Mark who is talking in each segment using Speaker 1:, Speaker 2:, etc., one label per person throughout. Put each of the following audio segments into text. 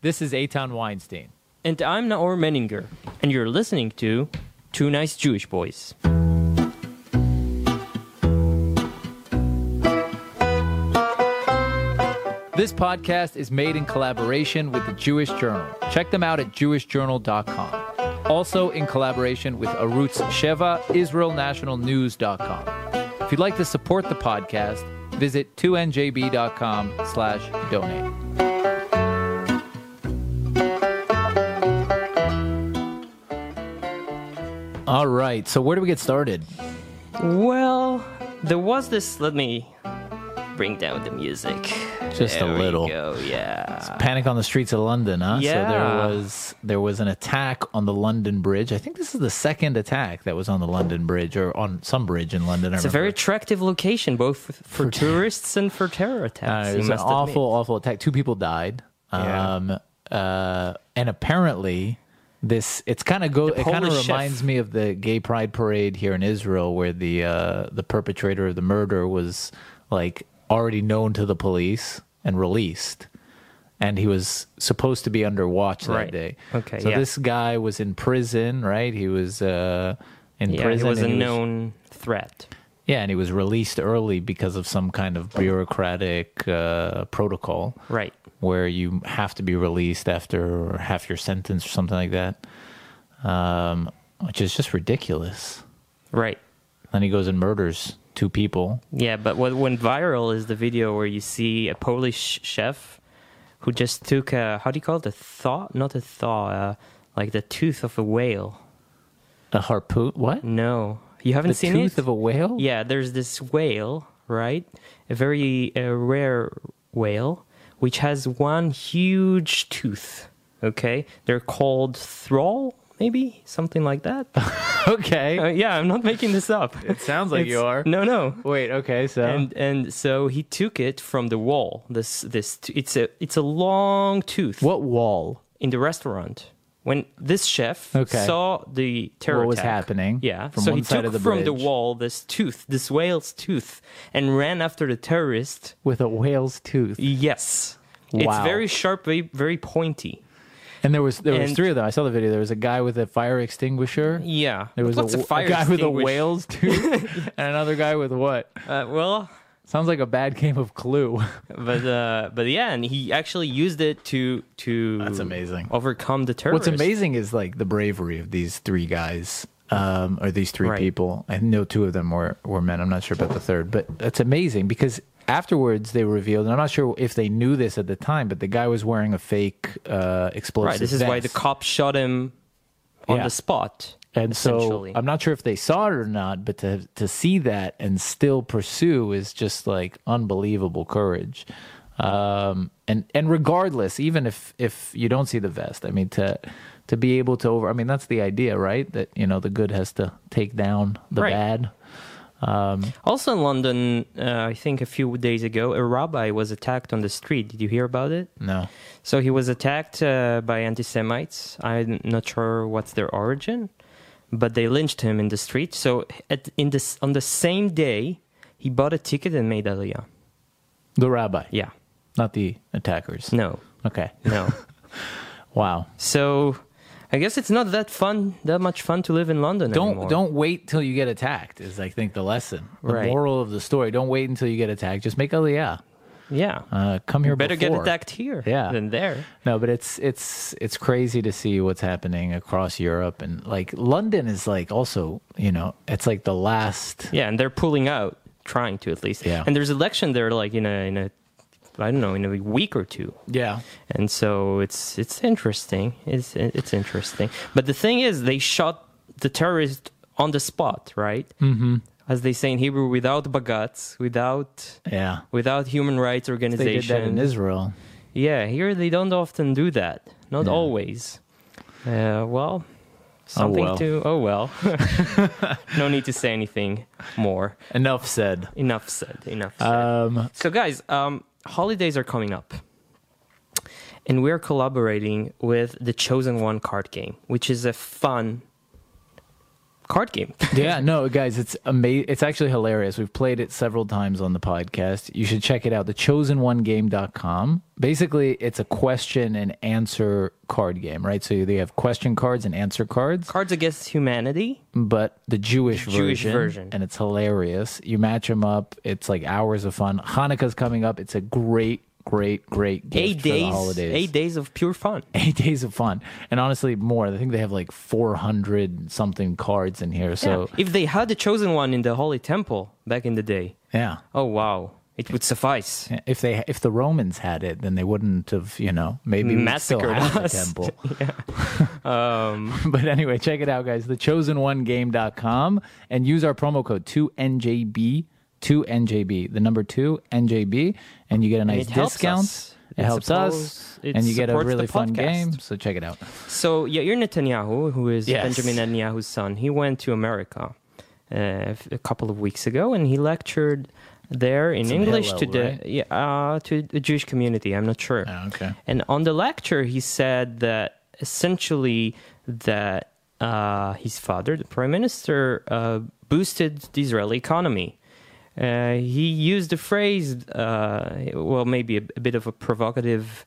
Speaker 1: This is Aton Weinstein.
Speaker 2: And I'm Naor Menninger, and you're listening to Two Nice Jewish Boys.
Speaker 1: This podcast is made in collaboration with the Jewish Journal. Check them out at jewishjournal.com. Also in collaboration with Arutz Sheva, israelnationalnews.com. If you'd like to support the podcast, visit 2njb.com slash donate. All right, so where do we get started?
Speaker 2: Well, there was this. Let me bring down the music.
Speaker 1: Just a
Speaker 2: There we
Speaker 1: little.
Speaker 2: go, yeah.
Speaker 1: Panic on the streets of London, huh? So
Speaker 2: Yeah.
Speaker 1: there was there was an attack on the London Bridge. I think this is the second attack that was on the London Bridge or on some bridge in London. I
Speaker 2: It's a very attractive location, both for tourists and for terror attacks.
Speaker 1: Uh,
Speaker 2: you
Speaker 1: it was an
Speaker 2: must admit.
Speaker 1: awful, awful attack. Two people died.
Speaker 2: Yeah.
Speaker 1: Um, uh, and apparently, this it's kind of go. It kind of
Speaker 2: Polish chef.
Speaker 1: reminds me of the gay pride parade here in Israel, where the uh, the perpetrator of the murder was like already known to the police and released, and he was supposed to be under watch that
Speaker 2: Right.
Speaker 1: day.
Speaker 2: Okay,
Speaker 1: so
Speaker 2: yeah.
Speaker 1: this guy was in prison, right? He was uh, in
Speaker 2: Yeah,
Speaker 1: prison.
Speaker 2: it was a
Speaker 1: and he
Speaker 2: known threat.
Speaker 1: yeah, and he was released early because of some kind of bureaucratic uh, protocol
Speaker 2: Right.
Speaker 1: where you have to be released after half your sentence or something like that, um, which is just ridiculous.
Speaker 2: Right.
Speaker 1: Then he goes and murders two people.
Speaker 2: Yeah, but what went viral is the video where you see a Polish chef who just took a how do you call it a thaw? Not a thaw, uh, like the tooth of a whale.
Speaker 1: A harpoon? What?
Speaker 2: No, you haven't
Speaker 1: The
Speaker 2: seen
Speaker 1: Mm-hmm. tooth
Speaker 2: it.
Speaker 1: of a whale?
Speaker 2: yeah, there's this whale, right? A very uh, rare whale which has one huge tooth. Okay, they're called thrall, maybe something like that. Uh,
Speaker 1: Okay.
Speaker 2: yeah, I'm not making this up.
Speaker 1: It sounds like you
Speaker 2: It's-
Speaker 1: are.
Speaker 2: No, no.
Speaker 1: Wait. Okay. So
Speaker 2: and and so he took it from the wall. This this t- it's a it's a long tooth
Speaker 1: what wall?
Speaker 2: in the restaurant. When this chef
Speaker 1: Okay.
Speaker 2: saw the terror
Speaker 1: What was
Speaker 2: attack-
Speaker 1: happening
Speaker 2: yeah,
Speaker 1: from
Speaker 2: so
Speaker 1: one
Speaker 2: he
Speaker 1: side
Speaker 2: took
Speaker 1: of the
Speaker 2: from the
Speaker 1: bridge.
Speaker 2: wall this tooth, this whale's tooth, and ran after the terrorist.
Speaker 1: With a whale's tooth.
Speaker 2: Yes, it's
Speaker 1: Wow.
Speaker 2: very sharp, very, very pointy.
Speaker 1: And there was there was
Speaker 2: And-
Speaker 1: three of them. I saw the video. There was a guy with a fire extinguisher.
Speaker 2: Yeah,
Speaker 1: There was a,
Speaker 2: What's
Speaker 1: w- a
Speaker 2: fire
Speaker 1: guy with a
Speaker 2: extinguisher?
Speaker 1: whale's tooth and another guy with what?
Speaker 2: Uh, well,
Speaker 1: Sounds like a bad game of Clue.
Speaker 2: but uh, but yeah, and he actually used it to to
Speaker 1: That's amazing.
Speaker 2: overcome the terrorist.
Speaker 1: What's amazing is like the bravery of these three guys um, or these three
Speaker 2: Right.
Speaker 1: people. I know two of them were, were men. I'm not sure about the third, but that's amazing because afterwards they revealed, and I'm not sure if they knew this at the time, but the guy was wearing a fake uh, explosive.
Speaker 2: Right. This is why the
Speaker 1: vest.
Speaker 2: cop shot him on
Speaker 1: Yeah.
Speaker 2: the spot.
Speaker 1: And so
Speaker 2: essentially.
Speaker 1: I'm not sure if they saw it or not, but to to see that and still pursue is just like unbelievable courage. Um, and and regardless, even if if you don't see the vest, I mean to to be able to over, I mean that's the idea, right? That you know the good has to take down the
Speaker 2: Right.
Speaker 1: bad.
Speaker 2: also in London, uh, I think a few days ago, a rabbi was attacked on the street. Did you hear about it?
Speaker 1: No,
Speaker 2: So he was attacked uh, by anti Semites. I'm not sure what's their origin, but they lynched him in the street. So at, in this, on the same day, he bought a ticket and made Aliyah.
Speaker 1: the rabbi,
Speaker 2: Yeah.
Speaker 1: not the attackers.
Speaker 2: No.
Speaker 1: Okay,
Speaker 2: No.
Speaker 1: wow.
Speaker 2: so I guess it's not that fun, that much fun to live in London
Speaker 1: Don't
Speaker 2: anymore.
Speaker 1: don't wait till you get attacked. Is I think the lesson, the
Speaker 2: Right.
Speaker 1: moral of the story. Don't wait until you get attacked. Just make aliyah.
Speaker 2: Yeah.
Speaker 1: Uh, come here.
Speaker 2: Better get
Speaker 1: before.
Speaker 2: attacked here
Speaker 1: Yeah.
Speaker 2: than there.
Speaker 1: No, but it's it's it's crazy to see what's happening across Europe and like London is like also, you know, it's like the last
Speaker 2: Yeah, and they're pulling out, trying to at least.
Speaker 1: Yeah.
Speaker 2: And there's election there, like in a in a, I don't know, in a week or two.
Speaker 1: Yeah.
Speaker 2: And so it's it's interesting. It's it's interesting. But the thing is, they shot the terrorist on the spot, right? Mm-hmm. As they say in Hebrew, without bagats, without
Speaker 1: Yeah.
Speaker 2: without human rights
Speaker 1: They did that in
Speaker 2: organization.
Speaker 1: Israel.
Speaker 2: yeah, here they don't often do that. Not always. Uh, well. Something
Speaker 1: well.
Speaker 2: to oh well. no need to say anything more.
Speaker 1: Enough said.
Speaker 2: Enough said. Enough said.
Speaker 1: Um
Speaker 2: so, guys, um, holidays are coming up. And we're collaborating with the Chosen One card game, which is a fun card game.
Speaker 1: yeah, no, guys, it's amazing. It's actually hilarious. We've played it several times on the podcast. You should check it out. The chosenonegame.com. Basically, it's a question and answer card game, right? So they have question cards and answer cards,
Speaker 2: Cards Against Humanity.
Speaker 1: but the Jewish,
Speaker 2: Jewish
Speaker 1: version,
Speaker 2: version.
Speaker 1: and it's hilarious. You match them up. It's like hours of fun. Hanukkah's coming up. It's a great, great, great gift
Speaker 2: Eight
Speaker 1: for the
Speaker 2: days.
Speaker 1: holidays
Speaker 2: Eight days of pure fun.
Speaker 1: eight days of fun and honestly more i think they have like 400 something cards in here so
Speaker 2: Yeah. If they had the chosen one in the Holy Temple back in the day,
Speaker 1: yeah.
Speaker 2: oh wow, it would suffice.
Speaker 1: if they if the romans had it then they wouldn't have you know maybe we'd still
Speaker 2: Massacred
Speaker 1: have the
Speaker 2: us.
Speaker 1: temple
Speaker 2: Um,
Speaker 1: but anyway check it out guys the chosen one game.com and use our promo code 2njb 2njb the number 2 njb and you get a nice
Speaker 2: it helps
Speaker 1: discount
Speaker 2: us.
Speaker 1: it
Speaker 2: It
Speaker 1: helps us
Speaker 2: supports- it
Speaker 1: and you get a
Speaker 2: supports the
Speaker 1: really fun
Speaker 2: podcast.
Speaker 1: game so check it out
Speaker 2: so Yair Netanyahu, who is
Speaker 1: Yes.
Speaker 2: Benjamin Netanyahu's son, he went to America uh, f- a couple of weeks ago, and he lectured there in
Speaker 1: It's in
Speaker 2: English to
Speaker 1: Hillel,
Speaker 2: the
Speaker 1: right?
Speaker 2: yeah, uh, to the Jewish community. I'm not sure.
Speaker 1: Oh, okay.
Speaker 2: And on the lecture, he said that essentially that uh, his father, the prime minister, uh, boosted the Israeli economy. Uh, he used the phrase, uh, well, maybe a, a bit of a provocative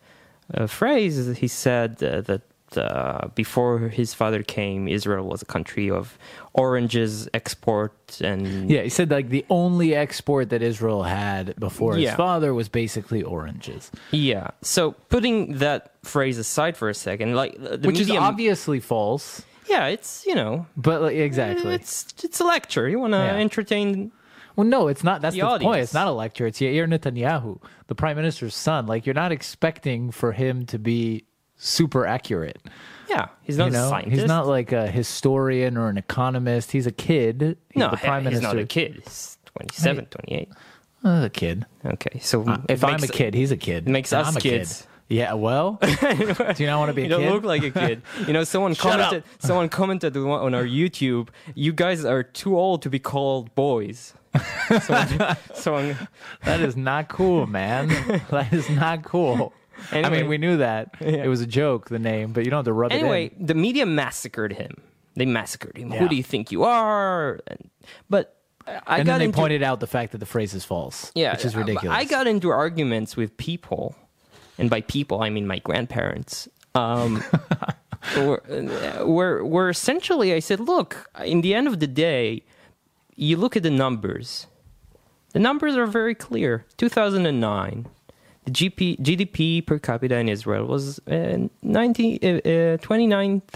Speaker 2: uh, phrase. He said uh, that uh, before his father came, Israel was a country of oranges export and
Speaker 1: yeah he said like the only export that israel had before his
Speaker 2: Yeah.
Speaker 1: father was basically oranges
Speaker 2: yeah. So putting that phrase aside for a second, like the
Speaker 1: which is
Speaker 2: media-
Speaker 1: obviously false
Speaker 2: yeah, it's you know
Speaker 1: but like, exactly
Speaker 2: Eh, It's it's a lecture. You want to
Speaker 1: Yeah.
Speaker 2: entertain.
Speaker 1: well no it's not that's the,
Speaker 2: The
Speaker 1: point it's
Speaker 2: audience.
Speaker 1: not a lecture it's yair netanyahu the prime minister's son like you're not expecting for him to be super accurate
Speaker 2: Yeah, he's not
Speaker 1: you know
Speaker 2: a scientist.
Speaker 1: he's not like a historian or an economist he's a kid he's
Speaker 2: no,
Speaker 1: the prime
Speaker 2: he's
Speaker 1: minister
Speaker 2: not a kid. He's 27, 28.
Speaker 1: Uh, a kid
Speaker 2: Okay, so it
Speaker 1: Uh, if i'm
Speaker 2: makes-
Speaker 1: a kid he's a kid
Speaker 2: it makes
Speaker 1: And
Speaker 2: us
Speaker 1: I'm a
Speaker 2: kids.
Speaker 1: kid. yeah well do you not want to be a
Speaker 2: You don't
Speaker 1: kid
Speaker 2: look like a kid. You know, someone
Speaker 1: Shut up.
Speaker 2: commented. Someone commented on on our YouTube. You guys are too old to be called boys. someone, someone,
Speaker 1: that is not cool man that is not cool I
Speaker 2: Anyway.
Speaker 1: mean, we knew that it was a joke, the name, but you don't have to rub it in.
Speaker 2: anyway, the media massacred him. They massacred him.
Speaker 1: Yeah.
Speaker 2: Who do you think you are? And, but I I
Speaker 1: and
Speaker 2: got
Speaker 1: then they
Speaker 2: into,
Speaker 1: pointed out the fact that the phrase is false,
Speaker 2: Yeah, uh,
Speaker 1: which is
Speaker 2: I-
Speaker 1: ridiculous.
Speaker 2: I got into arguments with people, and by people I mean my grandparents. Um, where, where, where essentially I said, look, in the end of the day, you look at the numbers. The numbers are very clear. 2009, the GP, GDP per capita in Israel was uh, 90, uh, uh,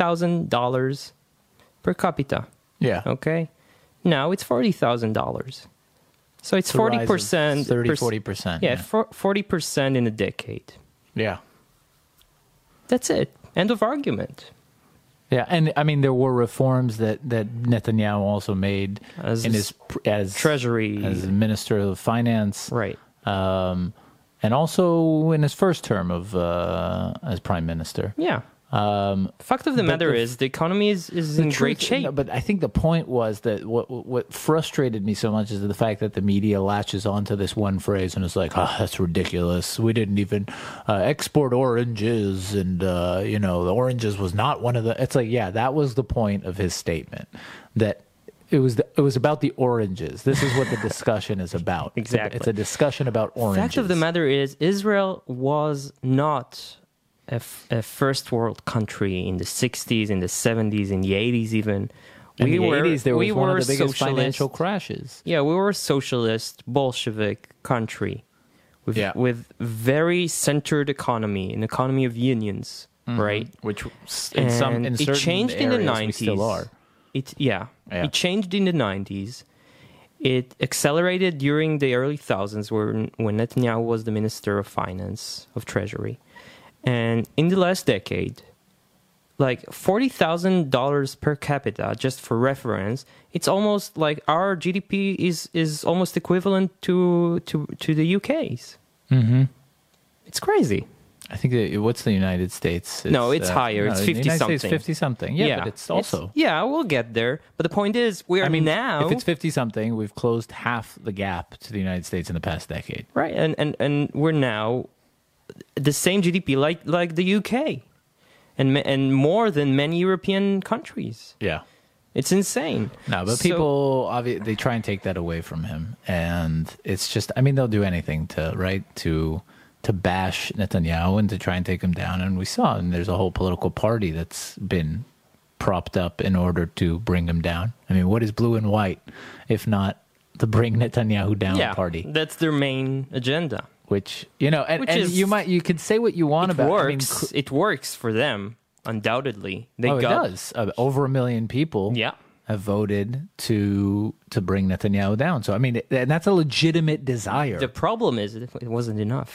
Speaker 2: $29,000 per capita.
Speaker 1: yeah,
Speaker 2: Okay. Now it's forty thousand dollars. So it's forty percent.
Speaker 1: 30, 40 percent.
Speaker 2: Yeah, forty percent in a decade.
Speaker 1: yeah,
Speaker 2: That's it. End of argument.
Speaker 1: yeah. And I mean, there were reforms that that Netanyahu also made
Speaker 2: As
Speaker 1: in his as
Speaker 2: Treasury.
Speaker 1: as minister of finance,
Speaker 2: Right.
Speaker 1: Um, and also in his first term of uh, as prime minister.
Speaker 2: Yeah.
Speaker 1: Um,
Speaker 2: Fact of the matter
Speaker 1: the-
Speaker 2: is the economy is, is in great
Speaker 1: truth- no,
Speaker 2: shape.
Speaker 1: but I think the point was that what what frustrated me so much is the fact that the media latches onto this one phrase and is like, "Ah, that's ridiculous. We didn't even uh, export oranges, and uh, you know, the oranges was not one of the." It's like, yeah, that was the point of his statement that. It was the, it was about the oranges. This is what the discussion is about. It's a-
Speaker 2: Exactly.
Speaker 1: it's a, discussion about oranges.
Speaker 2: Fact of the matter is Israel was not a, f- a first world country in the sixties, in the seventies, in the eighties, even.
Speaker 1: In the
Speaker 2: were
Speaker 1: 80s, there was
Speaker 2: we
Speaker 1: one
Speaker 2: were
Speaker 1: of the biggest
Speaker 2: socialist.
Speaker 1: financial crashes.
Speaker 2: Yeah, we were a socialist Bolshevik country with
Speaker 1: Yeah.
Speaker 2: with very centered economy, an economy of unions, right?
Speaker 1: Which in some
Speaker 2: And
Speaker 1: in
Speaker 2: it
Speaker 1: certain
Speaker 2: changed in
Speaker 1: areas
Speaker 2: the 90s.
Speaker 1: we still are.
Speaker 2: It yeah,
Speaker 1: Yeah.
Speaker 2: It changed in the 90s. It accelerated during the early thousands when when Netanyahu was the minister of finance of treasury. And in the last decade, like $40,000 per capita just for reference, it's almost like our GDP is is almost equivalent to to to the UK's.
Speaker 1: Mhm.
Speaker 2: It's crazy.
Speaker 1: I think that, what's the United States? uh,
Speaker 2: No, it's higher. It's
Speaker 1: the
Speaker 2: 50
Speaker 1: United States
Speaker 2: something.
Speaker 1: fifty something. Yeah, but it's also.
Speaker 2: yeah, we'll get there. But the point is, we are
Speaker 1: I mean,
Speaker 2: now
Speaker 1: if it's fifty something, we've closed half the gap to the United States in the past decade.
Speaker 2: right and and and we're now the same gdp like like the uk and ma- and more than many european countries
Speaker 1: Yeah,
Speaker 2: It's insane.
Speaker 1: No, but
Speaker 2: So-
Speaker 1: people obvi- they try and take that away from him, and it's just I mean they'll do anything to right to to bash Netanyahu and to try and take him down. And we saw, and there's a whole political party that's been propped up in order to bring him down. I mean, what is blue and white if not the bring Netanyahu down
Speaker 2: yeah,
Speaker 1: party?
Speaker 2: That's their main agenda.
Speaker 1: Which you know, and,
Speaker 2: Which
Speaker 1: and
Speaker 2: is-
Speaker 1: you might you could say what you want
Speaker 2: It
Speaker 1: about I mean,
Speaker 2: works. it works for them, undoubtedly. They
Speaker 1: Oh, it
Speaker 2: got
Speaker 1: does. Uh, over a million people
Speaker 2: Yeah.
Speaker 1: have voted to to bring Netanyahu down. So I mean, and that's a legitimate desire.
Speaker 2: The problem is it it wasn't enough.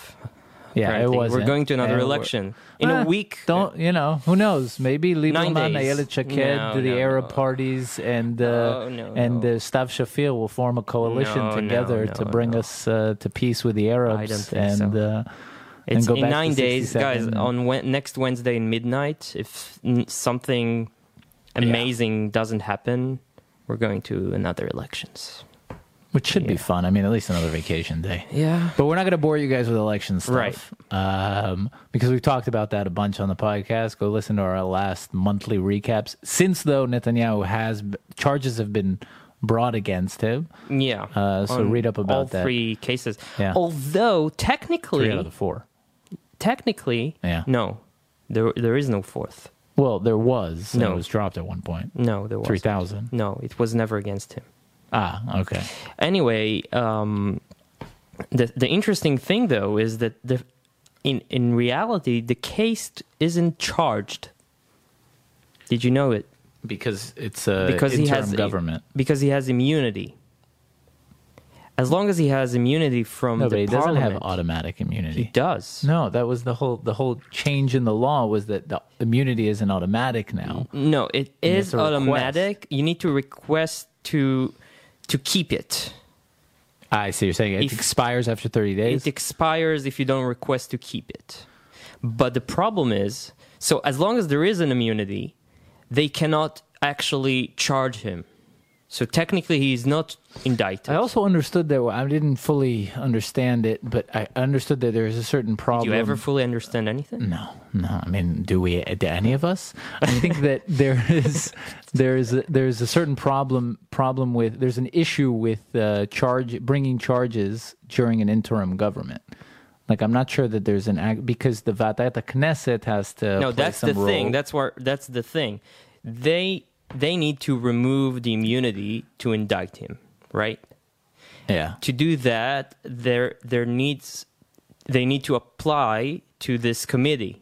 Speaker 1: yeah,
Speaker 2: apparently.
Speaker 1: it was.
Speaker 2: We're going to another
Speaker 1: And we're-
Speaker 2: election in a
Speaker 1: Eh,
Speaker 2: week.
Speaker 1: Don't you know? Who knows? Maybe
Speaker 2: Nine
Speaker 1: Lieberman,
Speaker 2: days.
Speaker 1: Ayelet Shaked,
Speaker 2: No,
Speaker 1: the
Speaker 2: no,
Speaker 1: Arab
Speaker 2: no.
Speaker 1: parties, and uh,
Speaker 2: No, no,
Speaker 1: and
Speaker 2: no.
Speaker 1: Uh, Stav Shafir will form a coalition
Speaker 2: No, no,
Speaker 1: together to
Speaker 2: no,
Speaker 1: bring
Speaker 2: no.
Speaker 1: us uh, to peace with the Arabs.
Speaker 2: don't think
Speaker 1: and,
Speaker 2: so.
Speaker 1: Uh, and
Speaker 2: It's
Speaker 1: go
Speaker 2: in
Speaker 1: back to
Speaker 2: nine days, guys.
Speaker 1: 67.
Speaker 2: On we- next Wednesday in midnight, if n- something
Speaker 1: Oh,
Speaker 2: amazing doesn't happen, we're going to another elections.
Speaker 1: which should be fun. I mean, at least another vacation day.
Speaker 2: Yeah.
Speaker 1: But we're not going to bore you guys with election stuff. Right. Um, because we've talked about that a bunch on the podcast. Go listen to our last monthly recaps. Since, though, Netanyahu has charges have been brought against him.
Speaker 2: Yeah.
Speaker 1: Uh, so
Speaker 2: On
Speaker 1: read up about
Speaker 2: all
Speaker 1: that.
Speaker 2: three cases.
Speaker 1: Yeah.
Speaker 2: Although
Speaker 1: Three out of
Speaker 2: technically,
Speaker 1: the four.
Speaker 2: technically,
Speaker 1: Yeah.
Speaker 2: no, there there is no fourth.
Speaker 1: Well, there was. and
Speaker 2: No.
Speaker 1: It was dropped at one point.
Speaker 2: No, there was
Speaker 1: 3,000.
Speaker 2: No, it was never against him.
Speaker 1: Ah, okay.
Speaker 2: anyway, um, the the interesting thing though is that the in in reality the case isn't charged. Did you know it?
Speaker 1: Because it's a
Speaker 2: Because he
Speaker 1: interim
Speaker 2: has
Speaker 1: government.
Speaker 2: Because he has immunity. As long as he has immunity from
Speaker 1: No,
Speaker 2: the
Speaker 1: but he doesn't
Speaker 2: parliament,
Speaker 1: have automatic
Speaker 2: he
Speaker 1: immunity.
Speaker 2: does.
Speaker 1: No, that was the whole the whole change in the law was that the immunity isn't automatic now.
Speaker 2: No, it is
Speaker 1: to request.
Speaker 2: automatic. You need to request to to keep it.
Speaker 1: I see. You're saying it
Speaker 2: If-
Speaker 1: expires after 30 days.
Speaker 2: It expires if you don't request to keep it. But the problem is, so as long as there is an immunity, they cannot actually charge him. So technically, he is not indicted.
Speaker 1: I also understood that I didn't fully understand it, but I understood that there is a certain
Speaker 2: Do
Speaker 1: problem. Mm,
Speaker 2: you ever fully understand anything?
Speaker 1: No, no. I mean, do we? Do any of us? I think that there is there is a, there is a certain problem problem with there's an issue with uh, charge bringing charges during an interim government. Like I'm not sure that there's an act because the Vatat Knesset has to
Speaker 2: No,
Speaker 1: play
Speaker 2: that's the
Speaker 1: some role.
Speaker 2: thing. That's where that's the thing. They they need to remove the immunity to indict him, right?
Speaker 1: yeah.
Speaker 2: to do that there there needs they need to apply to this committee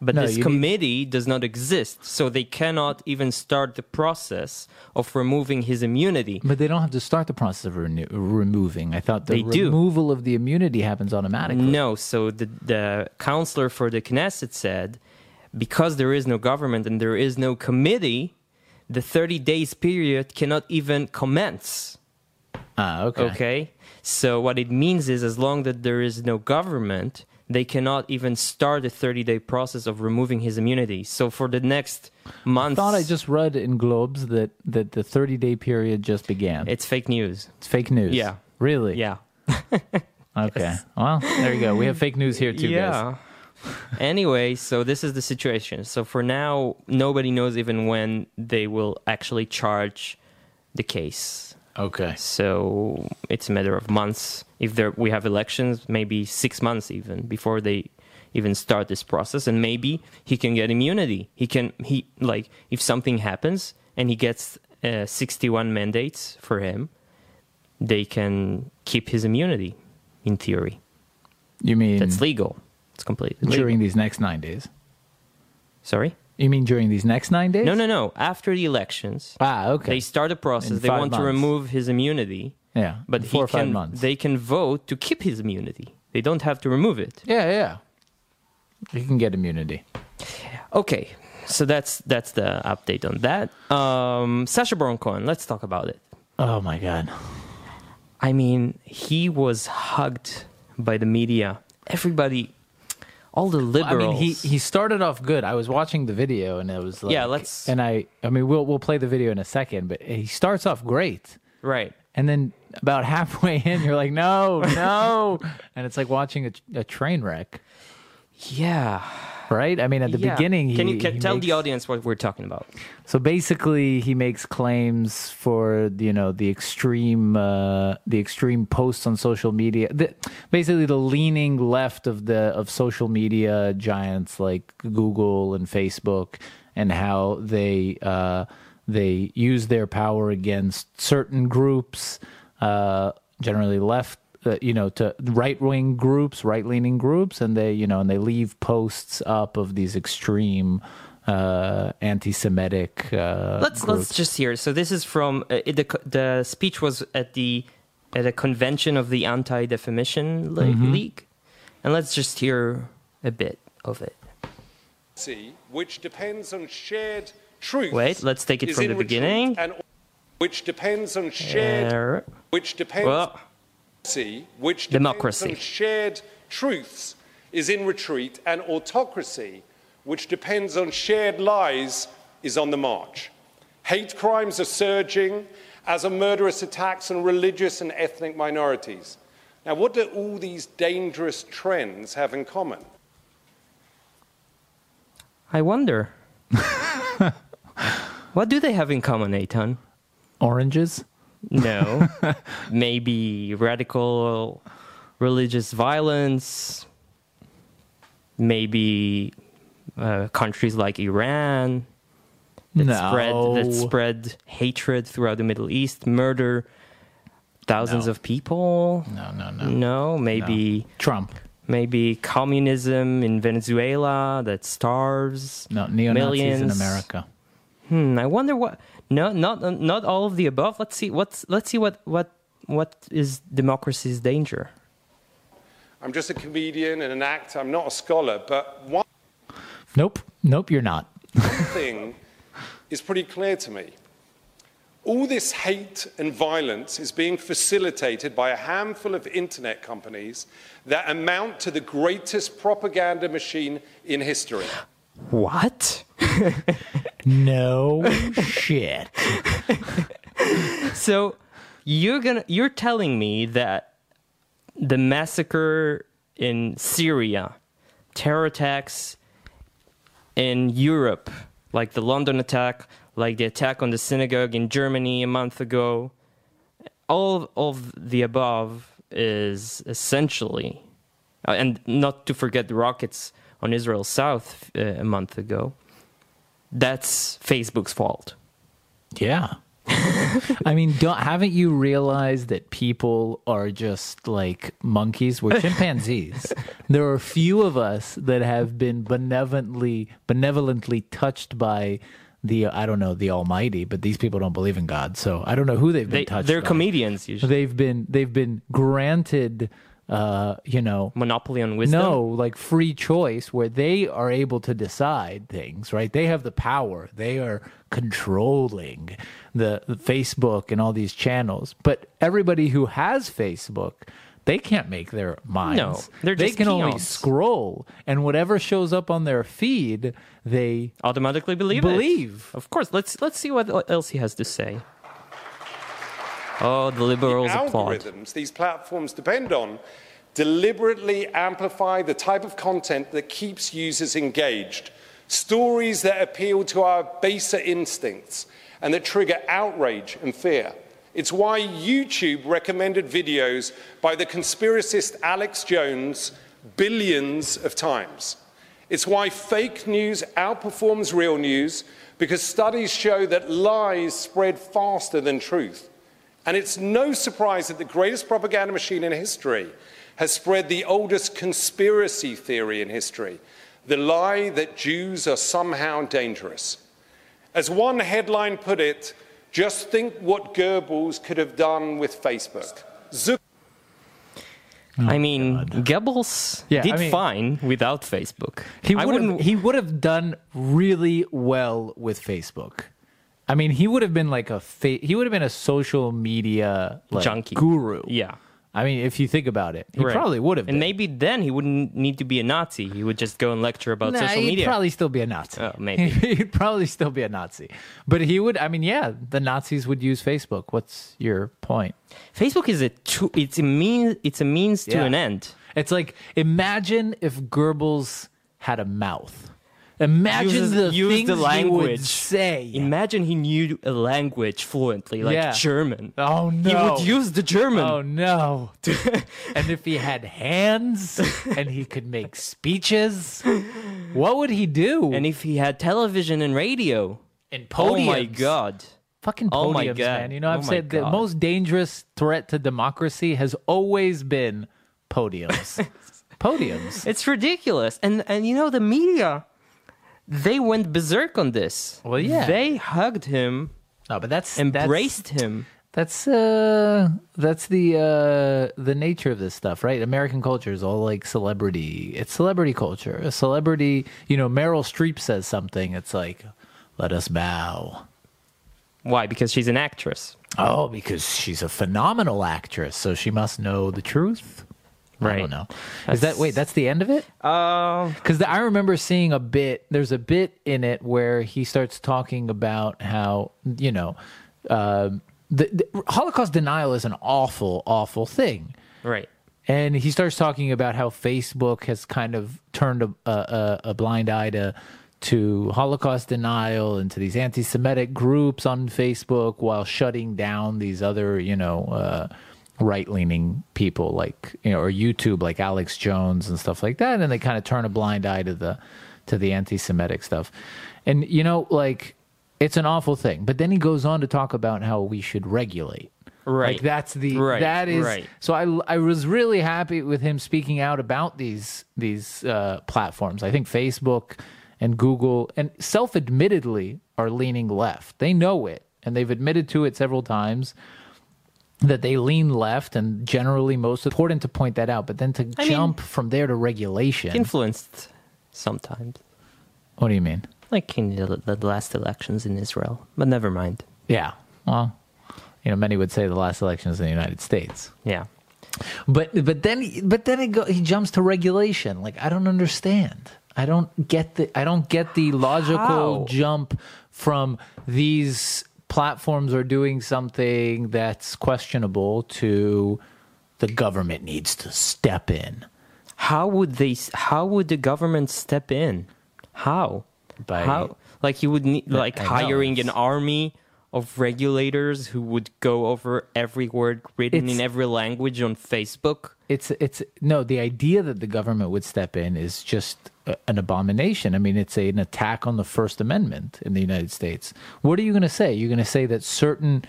Speaker 2: but
Speaker 1: No,
Speaker 2: this
Speaker 1: you
Speaker 2: committee does not exist so they cannot even start the process of removing his immunity
Speaker 1: But they don't have to start the process of renew- removing. I thought the
Speaker 2: They do. Mm.
Speaker 1: removal of the immunity happens automatically.
Speaker 2: no so the the counselor for the knesset said because there is no government and there is no committee the 30 days period cannot even commence
Speaker 1: Ah,
Speaker 2: Okay. So what it means is as long that there is no government, they cannot even start a 30-day process of removing his immunity. So for the next month,
Speaker 1: thought I just read in Globes that, that the 30 day period just began.
Speaker 2: it's fake news.
Speaker 1: It's fake news.
Speaker 2: Yeah.
Speaker 1: Really?
Speaker 2: Yeah.
Speaker 1: Okay. Well, there you go. We have fake news here too, guys.
Speaker 2: yeah. anyway, so this is the situation. So for now, nobody knows even when they will actually charge the case.
Speaker 1: Okay.
Speaker 2: So it's a matter of months. If there we have elections, maybe six months even before they even start this process, and maybe he can get immunity. He can he like if something happens and he gets uh, sixty-one mandates for him, they can keep his immunity. In theory,
Speaker 1: You mean
Speaker 2: that's legal. It's completely legal.
Speaker 1: during these next nine days?
Speaker 2: Sorry,
Speaker 1: You mean during these next nine days?
Speaker 2: no, no, no. After the elections,
Speaker 1: Ah, okay.
Speaker 2: they start a process.
Speaker 1: In
Speaker 2: They
Speaker 1: five
Speaker 2: want to
Speaker 1: months.
Speaker 2: remove his immunity.
Speaker 1: yeah.
Speaker 2: but
Speaker 1: in four
Speaker 2: he
Speaker 1: or five
Speaker 2: can,
Speaker 1: months.
Speaker 2: they can vote to keep his immunity. They don't have to remove it.
Speaker 1: yeah, yeah. You can get immunity.
Speaker 2: Okay, so that's that's the update on that. Um, Sasha Baron Cohen, let's talk about it.
Speaker 1: Oh my God.
Speaker 2: I mean, he was hugged by the media. Everybody, all the
Speaker 1: I mean,
Speaker 2: liberals.
Speaker 1: he, he started off good. I was watching the video, and it was like,
Speaker 2: Yeah, let's-
Speaker 1: And I, I mean, we'll we'll play the video in a second, but he starts off great,
Speaker 2: right.
Speaker 1: and then about halfway in, you're like, no, no, and it's like watching a, a train wreck.
Speaker 2: Yeah,
Speaker 1: right? I mean, at the
Speaker 2: Yeah.
Speaker 1: beginning, he,
Speaker 2: can you can
Speaker 1: he
Speaker 2: tell
Speaker 1: makes-
Speaker 2: the audience what we're talking about?
Speaker 1: So basically, he makes claims for you know the extreme uh, the extreme posts on social media, the, basically the leaning left of the of social media giants like Google and Facebook, and how they uh, they use their power against certain groups, uh, generally left uh, you know to right wing groups right leaning groups and they you know and they leave posts up of these extreme uh anti-semitic uh
Speaker 2: let's let's just hear. So this is from uh, it- the co- the speech was at the at a convention of the Anti Defamation Le- League, and let's just hear a bit of it.
Speaker 3: democracy, which depends on shared truth.
Speaker 2: Wait, let's take it
Speaker 3: is
Speaker 2: from
Speaker 3: in
Speaker 2: the
Speaker 3: retreat
Speaker 2: beginning.
Speaker 3: and- which depends on shared,
Speaker 2: Er,
Speaker 3: which depends,
Speaker 2: well,
Speaker 3: democracy, which
Speaker 2: Democracy.
Speaker 3: depends on shared truths, is in retreat, and autocracy, which depends on shared lies, is on the march. Hate crimes are surging, as are murderous attacks on religious and ethnic minorities. Now, what do all these dangerous trends have in common?
Speaker 2: I wonder. what do they have in common, Eitan?
Speaker 1: oranges
Speaker 2: No, maybe radical religious violence. Maybe uh, countries like Iran. that
Speaker 1: no
Speaker 2: spread that spread hatred throughout the Middle East, murder thousands
Speaker 1: No.
Speaker 2: of people.
Speaker 1: no no no
Speaker 2: No, Mm, maybe
Speaker 1: trump
Speaker 2: maybe communism in Venezuela that starves
Speaker 1: no neo-nazis in
Speaker 2: millions.
Speaker 1: america
Speaker 2: Hmm, I wonder what. No, not not all of the above. Let's see what's let's see what what what is democracy's danger.
Speaker 3: I'm just a comedian and an actor. I'm not a scholar, but one
Speaker 1: nope nope you're not
Speaker 3: thing is pretty clear to me. All this hate and violence is being facilitated by a handful of internet companies that amount to the greatest propaganda machine in history.
Speaker 2: What?
Speaker 1: no shit
Speaker 2: So you're gonna you're telling me that the massacre in Syria, terror attacks in Europe, like the London attack, like the attack on the synagogue in Germany a month ago, all of the above is essentially, uh, and not to forget the rockets on Israel South uh, a month ago. That's Facebook's fault.
Speaker 1: Yeah. I mean, don't, haven't you realized that people are just like monkeys? We're chimpanzees. there are few of us that have been benevolently, benevolently touched by the, I don't know, the Almighty. But these people don't believe in God, so I don't know who they've been
Speaker 2: They,
Speaker 1: touched.
Speaker 2: they're
Speaker 1: by.
Speaker 2: comedians usually.
Speaker 1: They've been, they've been granted, uh, you know,
Speaker 2: monopoly on wisdom.
Speaker 1: no, like free choice where they are able to decide things, right? They have the power. They are controlling the, the Facebook and all these channels. But everybody who has Facebook, they can't make their minds.
Speaker 2: No, they're
Speaker 1: they
Speaker 2: just
Speaker 1: can only
Speaker 2: peons.
Speaker 1: scroll and whatever shows up on their feed, they
Speaker 2: automatically believe. it.
Speaker 1: Believe.
Speaker 2: of course. Let's let's see what el- else he has to say. Oh, the liberals applaud.
Speaker 3: algorithms these platforms depend on deliberately amplify the type of content that keeps users engaged, stories that appeal to our baser instincts and that trigger outrage and fear. It's why YouTube recommended videos by the conspiracist Alex Jones billions of times. It's why fake news outperforms real news because studies show that lies spread faster than truth. And it's no surprise that the greatest propaganda machine in history has spread the oldest conspiracy theory in history the lie that Jews are somehow dangerous. As one headline put it, just think what Goebbels could have done with Facebook. Zuck-
Speaker 2: I mean, Goebbels
Speaker 1: Oh, Yeah,
Speaker 2: did
Speaker 1: I mean-
Speaker 2: fine without Facebook.
Speaker 1: He
Speaker 2: I
Speaker 1: would have,
Speaker 2: wouldn't-
Speaker 1: he would have done really well with Facebook. I mean, he would have been like a fa- he would have been a social media like,
Speaker 2: Junkie.
Speaker 1: guru.
Speaker 2: Yeah.
Speaker 1: I mean, if you think about it, he
Speaker 2: right.
Speaker 1: probably would have. been.
Speaker 2: And maybe then he wouldn't need to be a Nazi. He would just go and lecture about
Speaker 1: Nah,
Speaker 2: social
Speaker 1: he'd
Speaker 2: media.
Speaker 1: probably still be a Nazi.
Speaker 2: Oh, maybe.
Speaker 1: he'd probably still be a Nazi. But he would. I mean, yeah, the Nazis would use Facebook. What's your point?
Speaker 2: Facebook is a tool. It's a mean. It's a means to
Speaker 1: Yeah.
Speaker 2: an end.
Speaker 1: It's like imagine if Goebbels had a mouth. Imagine
Speaker 2: Uses-
Speaker 1: the
Speaker 2: use
Speaker 1: things
Speaker 2: the
Speaker 1: you
Speaker 2: language.
Speaker 1: would say.
Speaker 2: Imagine he knew a language fluently, like
Speaker 1: Yeah.
Speaker 2: German.
Speaker 1: Oh,
Speaker 2: He
Speaker 1: no.
Speaker 2: would use the German.
Speaker 1: Oh no! and if he had hands and he could make speeches, what would he do?
Speaker 2: And if he had television and radio.
Speaker 1: and
Speaker 2: Oh
Speaker 1: podiums.
Speaker 2: my god.
Speaker 1: Fucking podiums,
Speaker 2: Oh my God.
Speaker 1: man! You know,
Speaker 2: Oh
Speaker 1: I've
Speaker 2: my
Speaker 1: said the
Speaker 2: God.
Speaker 1: most dangerous threat to democracy has always been podiums. podiums.
Speaker 2: It's ridiculous. And and you know the media they went berserk on this.
Speaker 1: Well, yeah.
Speaker 2: They hugged him,
Speaker 1: No, but that's that's-
Speaker 2: embraced him.
Speaker 1: That's uh that's the uh the nature of this stuff, right? American culture is all like celebrity. It's celebrity culture. A celebrity, you know, Meryl Streep says something, it's like let us bow.
Speaker 2: Why? Because she's an actress.
Speaker 1: Oh, because she's a phenomenal actress, so she must know the truth. I
Speaker 2: Right.
Speaker 1: don't know. Is that wait, that's the end of it?
Speaker 2: Um
Speaker 1: Because I remember seeing a bit. There's a bit in it where he starts talking about how you know um the, the Holocaust denial is an awful, awful thing,
Speaker 2: right.
Speaker 1: and he starts talking about how Facebook has kind of turned a a, a, a blind eye to to Holocaust denial and to these anti-Semitic groups on Facebook while shutting down these other you know uh, right-leaning people like you know or YouTube like Alex Jones and stuff like that, and they kind of turn a blind eye to the to the anti-Semitic stuff, and you know like it's an awful thing. But then he goes on to talk about how we should regulate.
Speaker 2: Right.
Speaker 1: Like that's the
Speaker 2: Right,
Speaker 1: that is
Speaker 2: right.
Speaker 1: so I I was really happy with him speaking out about these these uh, platforms. I think Facebook and Google and self admittedly are leaning left. They know it and they've admitted to it several times that they lean left and generally most important to point that out but then to
Speaker 2: I mean-
Speaker 1: jump from there to regulation
Speaker 2: Influenced sometimes.
Speaker 1: what do you mean
Speaker 2: Like in the, the last elections in Israel. But never mind.
Speaker 1: yeah well you know many would say the last elections in the united states
Speaker 2: Yeah.
Speaker 1: But but then but then it go, he jumps to regulation. Like I don't understand. I don't get the I don't get the logical
Speaker 2: How?
Speaker 1: jump from these platforms are doing something that's questionable to the government needs to step in.
Speaker 2: How would they s- how would the government step in? How?
Speaker 1: By-
Speaker 2: how like you would need like
Speaker 1: I know,
Speaker 2: hiring an
Speaker 1: it's-
Speaker 2: army of regulators who would go over every word written in
Speaker 1: It's-
Speaker 2: every language on Facebook.
Speaker 1: It's it's no the idea that the government would step in is just a, an abomination. I mean, it's a, an attack on the First Amendment in the United States. What are you going to say? You're going to say that certain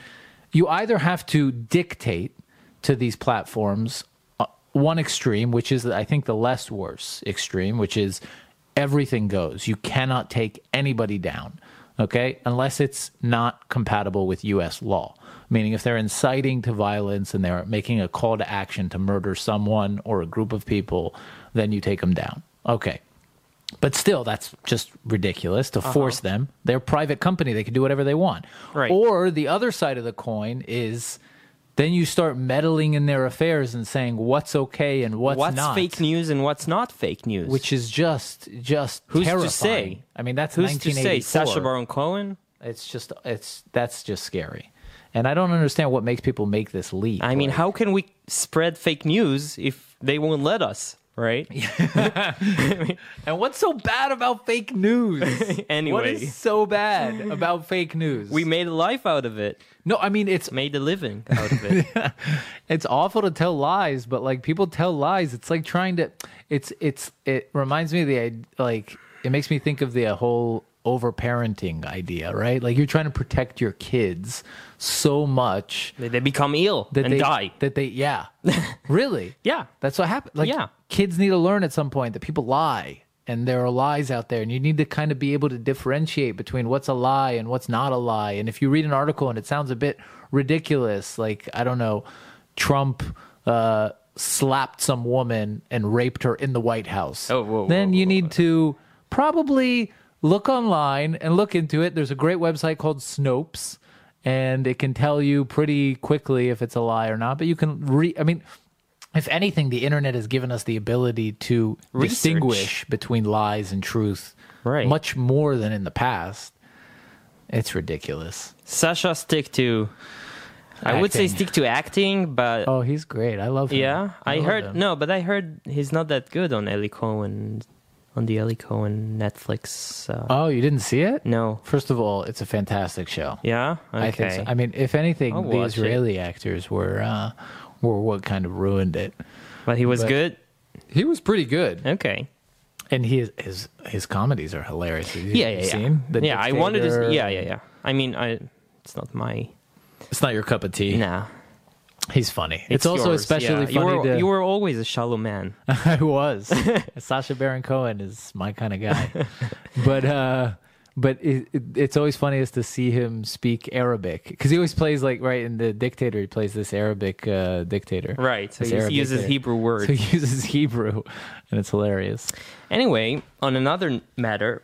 Speaker 1: you either have to dictate to these platforms uh, one extreme, which is I think the less worse extreme, which is everything goes. You cannot take anybody down, okay, unless it's not compatible with U.S. law. Meaning, if they're inciting to violence and they're making a call to action to murder someone or a group of people, then you take them down. Okay. But still, that's just ridiculous to force them. They're a private company. They can do whatever they want.
Speaker 2: Uh-huh. Right.
Speaker 1: Or the other side of the coin is then you start meddling in their affairs and saying what's okay and what's,
Speaker 2: What's
Speaker 1: not
Speaker 2: fake news and what's not fake news?
Speaker 1: which is just just
Speaker 2: Who's
Speaker 1: terrifying.
Speaker 2: to say?
Speaker 1: I mean, that's
Speaker 2: who's to say?
Speaker 1: 1984.
Speaker 2: Sasha Baron Cohen?
Speaker 1: It's just it's that's just scary, and I don't understand what makes people make this leap.
Speaker 2: I mean,
Speaker 1: Like,
Speaker 2: how can we spread fake news if they won't let us? Right?
Speaker 1: and what's so bad about fake news? what
Speaker 2: Anyway.
Speaker 1: is so bad about fake news?
Speaker 2: We made a life out of it,
Speaker 1: no, I mean it's
Speaker 2: made a living out of it.
Speaker 1: it's awful to tell lies, but like people tell lies. It's like trying to. It's it's it reminds me of the id- like it makes me think of the uh, whole overparenting idea, right? Like you're trying to protect your kids so much
Speaker 2: they, they become ill
Speaker 1: that
Speaker 2: and
Speaker 1: they
Speaker 2: die.
Speaker 1: That they yeah, really
Speaker 2: Yeah.
Speaker 1: That's what happened. Like
Speaker 2: Yeah.
Speaker 1: kids need to learn at some point that people lie. And there are lies out there, and you need to kind of be able to differentiate between what's a lie and what's not a lie. And if you read an article and it sounds a bit ridiculous, like, I don't know, Trump uh, slapped some woman and raped her in the White House,
Speaker 2: Oh, whoa,
Speaker 1: then
Speaker 2: whoa,
Speaker 1: you
Speaker 2: whoa,
Speaker 1: need to probably look online and look into it. There's a great website called Snopes, and it can tell you pretty quickly if it's a lie or not. But you can re, I mean, if anything, the internet has given us the ability to
Speaker 2: Research.
Speaker 1: distinguish between lies and truth
Speaker 2: Right.
Speaker 1: much more than in the past. It's ridiculous.
Speaker 2: Sasha, stick to. I would say
Speaker 1: Acting.
Speaker 2: stick to acting, but
Speaker 1: Oh, he's great. I love him.
Speaker 2: yeah, I
Speaker 1: love
Speaker 2: heard
Speaker 1: him.
Speaker 2: no, but I heard he's not that good on Ellie Cohen on the Helico and Netflix. Uh,
Speaker 1: Oh, you didn't see it?
Speaker 2: no.
Speaker 1: First of all, it's a fantastic show.
Speaker 2: Yeah. Okay.
Speaker 1: I think so. I mean, if anything,
Speaker 2: I'll
Speaker 1: the
Speaker 2: watch it.
Speaker 1: Israeli actors were uh, were what kind of ruined it.
Speaker 2: but he was
Speaker 1: but-
Speaker 2: good.
Speaker 1: He was pretty good,
Speaker 2: Okay.
Speaker 1: and his his his comedies are hilarious. Have you
Speaker 2: Yeah, yeah, yeah.
Speaker 1: seen? The
Speaker 2: yeah, I wanted to.
Speaker 1: Dictator?
Speaker 2: Yeah, yeah, yeah. I mean, I. It's not my.
Speaker 1: It's not your cup of tea.
Speaker 2: Nah.
Speaker 1: He's funny. It's, also
Speaker 2: yours,
Speaker 1: especially
Speaker 2: yeah.
Speaker 1: funny.
Speaker 2: You were,
Speaker 1: to,
Speaker 2: you were always a shallow man.
Speaker 1: I was. Sasha Baron Cohen is my kind of guy. but uh but it, it, it's always funniest to see him speak Arabic cuz he always plays like right in the dictator he plays this Arabic uh dictator.
Speaker 2: Right, so
Speaker 1: This
Speaker 2: he
Speaker 1: Arab
Speaker 2: uses
Speaker 1: dictator.
Speaker 2: Hebrew words.
Speaker 1: So he uses Hebrew and it's hilarious.
Speaker 2: Anyway, on another matter,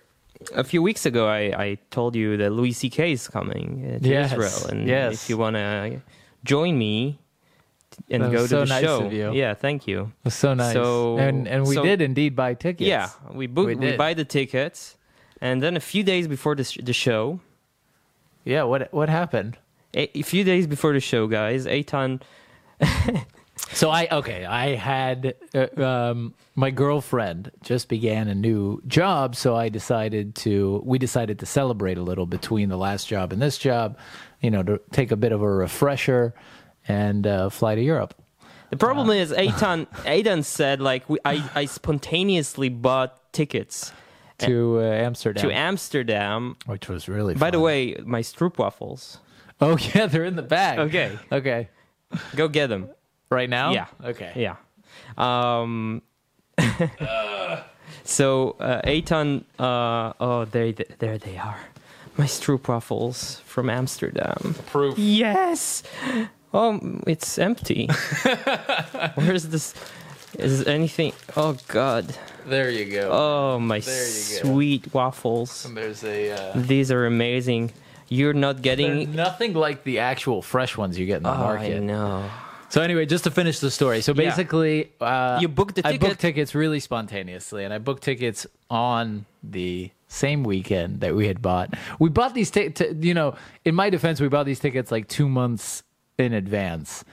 Speaker 2: a few weeks ago I, I told you that Louis C.K. is coming uh, to
Speaker 1: Yes,
Speaker 2: Israel, and
Speaker 1: yes.
Speaker 2: if you want to join me and
Speaker 1: That was
Speaker 2: go to
Speaker 1: so
Speaker 2: the
Speaker 1: nice
Speaker 2: show,
Speaker 1: of you.
Speaker 2: yeah, thank you.
Speaker 1: It was so nice.
Speaker 2: So-
Speaker 1: and and we
Speaker 2: so-
Speaker 1: did indeed buy tickets.
Speaker 2: Yeah, we book,
Speaker 1: We
Speaker 2: we,
Speaker 1: did.
Speaker 2: buy the tickets, and then a few days before the, sh- the show,
Speaker 1: Yeah, what what happened?
Speaker 2: a, a few days before the show, guys, Eitan,
Speaker 1: So I okay, I had uh, um, my girlfriend just began a new job, so I decided to we decided to celebrate a little between the last job and this job, you know, to take a bit of a refresher and uh, fly to Europe.
Speaker 2: the problem
Speaker 1: Ah.
Speaker 2: is Eitan, Eitan said like we, I, I spontaneously bought tickets
Speaker 1: To uh, Amsterdam,
Speaker 2: to Amsterdam.
Speaker 1: which was really.
Speaker 2: By the
Speaker 1: fun.
Speaker 2: way, my stroop waffles.
Speaker 1: oh yeah, they're in the bag.
Speaker 2: Okay.
Speaker 1: okay,
Speaker 2: Go get them.
Speaker 1: right now.
Speaker 2: Yeah.
Speaker 1: okay.
Speaker 2: Yeah. Um, so uh, Eitan, uh, oh, there, th- there they are, my stroopwafels from Amsterdam.
Speaker 1: Proof.
Speaker 2: Yes. Oh, m- it's empty. Where's this? Is anything? Oh God.
Speaker 1: There you go.
Speaker 2: Oh my
Speaker 1: There you go.
Speaker 2: sweet waffles.
Speaker 1: There's a. Uh,
Speaker 2: These are amazing. You're not
Speaker 1: they're
Speaker 2: getting.
Speaker 1: nothing like the actual fresh ones you get in the
Speaker 2: Oh, I
Speaker 1: market.
Speaker 2: know.
Speaker 1: So anyway, just to finish the story. So
Speaker 2: Yeah.
Speaker 1: basically, uh,
Speaker 2: You booked the
Speaker 1: I
Speaker 2: ticket.
Speaker 1: booked tickets really spontaneously, and I booked tickets on the same weekend that we had bought. We bought these tickets. you know, in my defense, we bought these tickets like two months in advance,